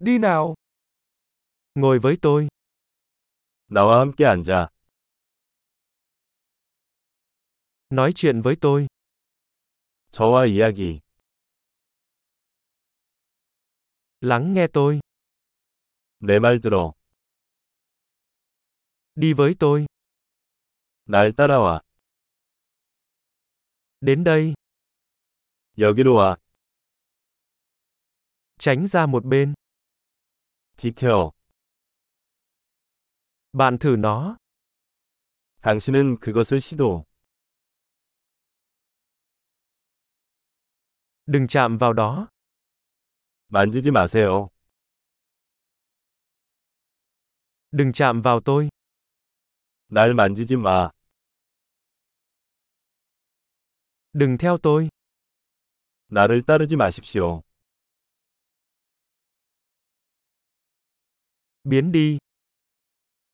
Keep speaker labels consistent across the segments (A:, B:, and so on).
A: Đi nào. Ngồi với tôi.
B: 나와 함께 앉아.
A: Nói chuyện với tôi.
B: 저와 이야기.
A: Lắng nghe tôi.
B: 내 말 들어.
A: Đi với tôi.
B: 날 따라와.
A: Đến đây.
B: 여기로 와.
A: Tránh ra một bên.
B: 비켜.
A: Bạn thử nó.
B: 당신은 그것을 시도.
A: Đừng chạm vào đó.
B: 만지지 마세요.
A: Đừng chạm vào tôi.
B: 날 만지지 마.
A: Đừng theo tôi.
B: 나를 따르지 마십시오.
A: Biến đi.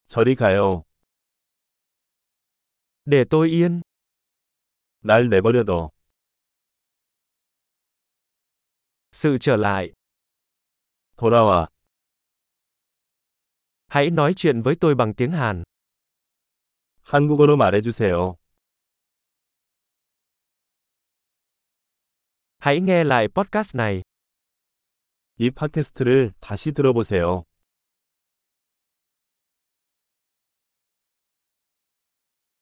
B: 저리 가요.
A: Để tôi yên.
B: 날 내버려둬.
A: Sự trở lại.
B: 돌아와.
A: Hãy nói chuyện với tôi bằng tiếng Hàn.
B: 한국어로 말해주세요.
A: Hãy nghe lại podcast này.
B: 이 팟캐스트를 다시 들어보세요.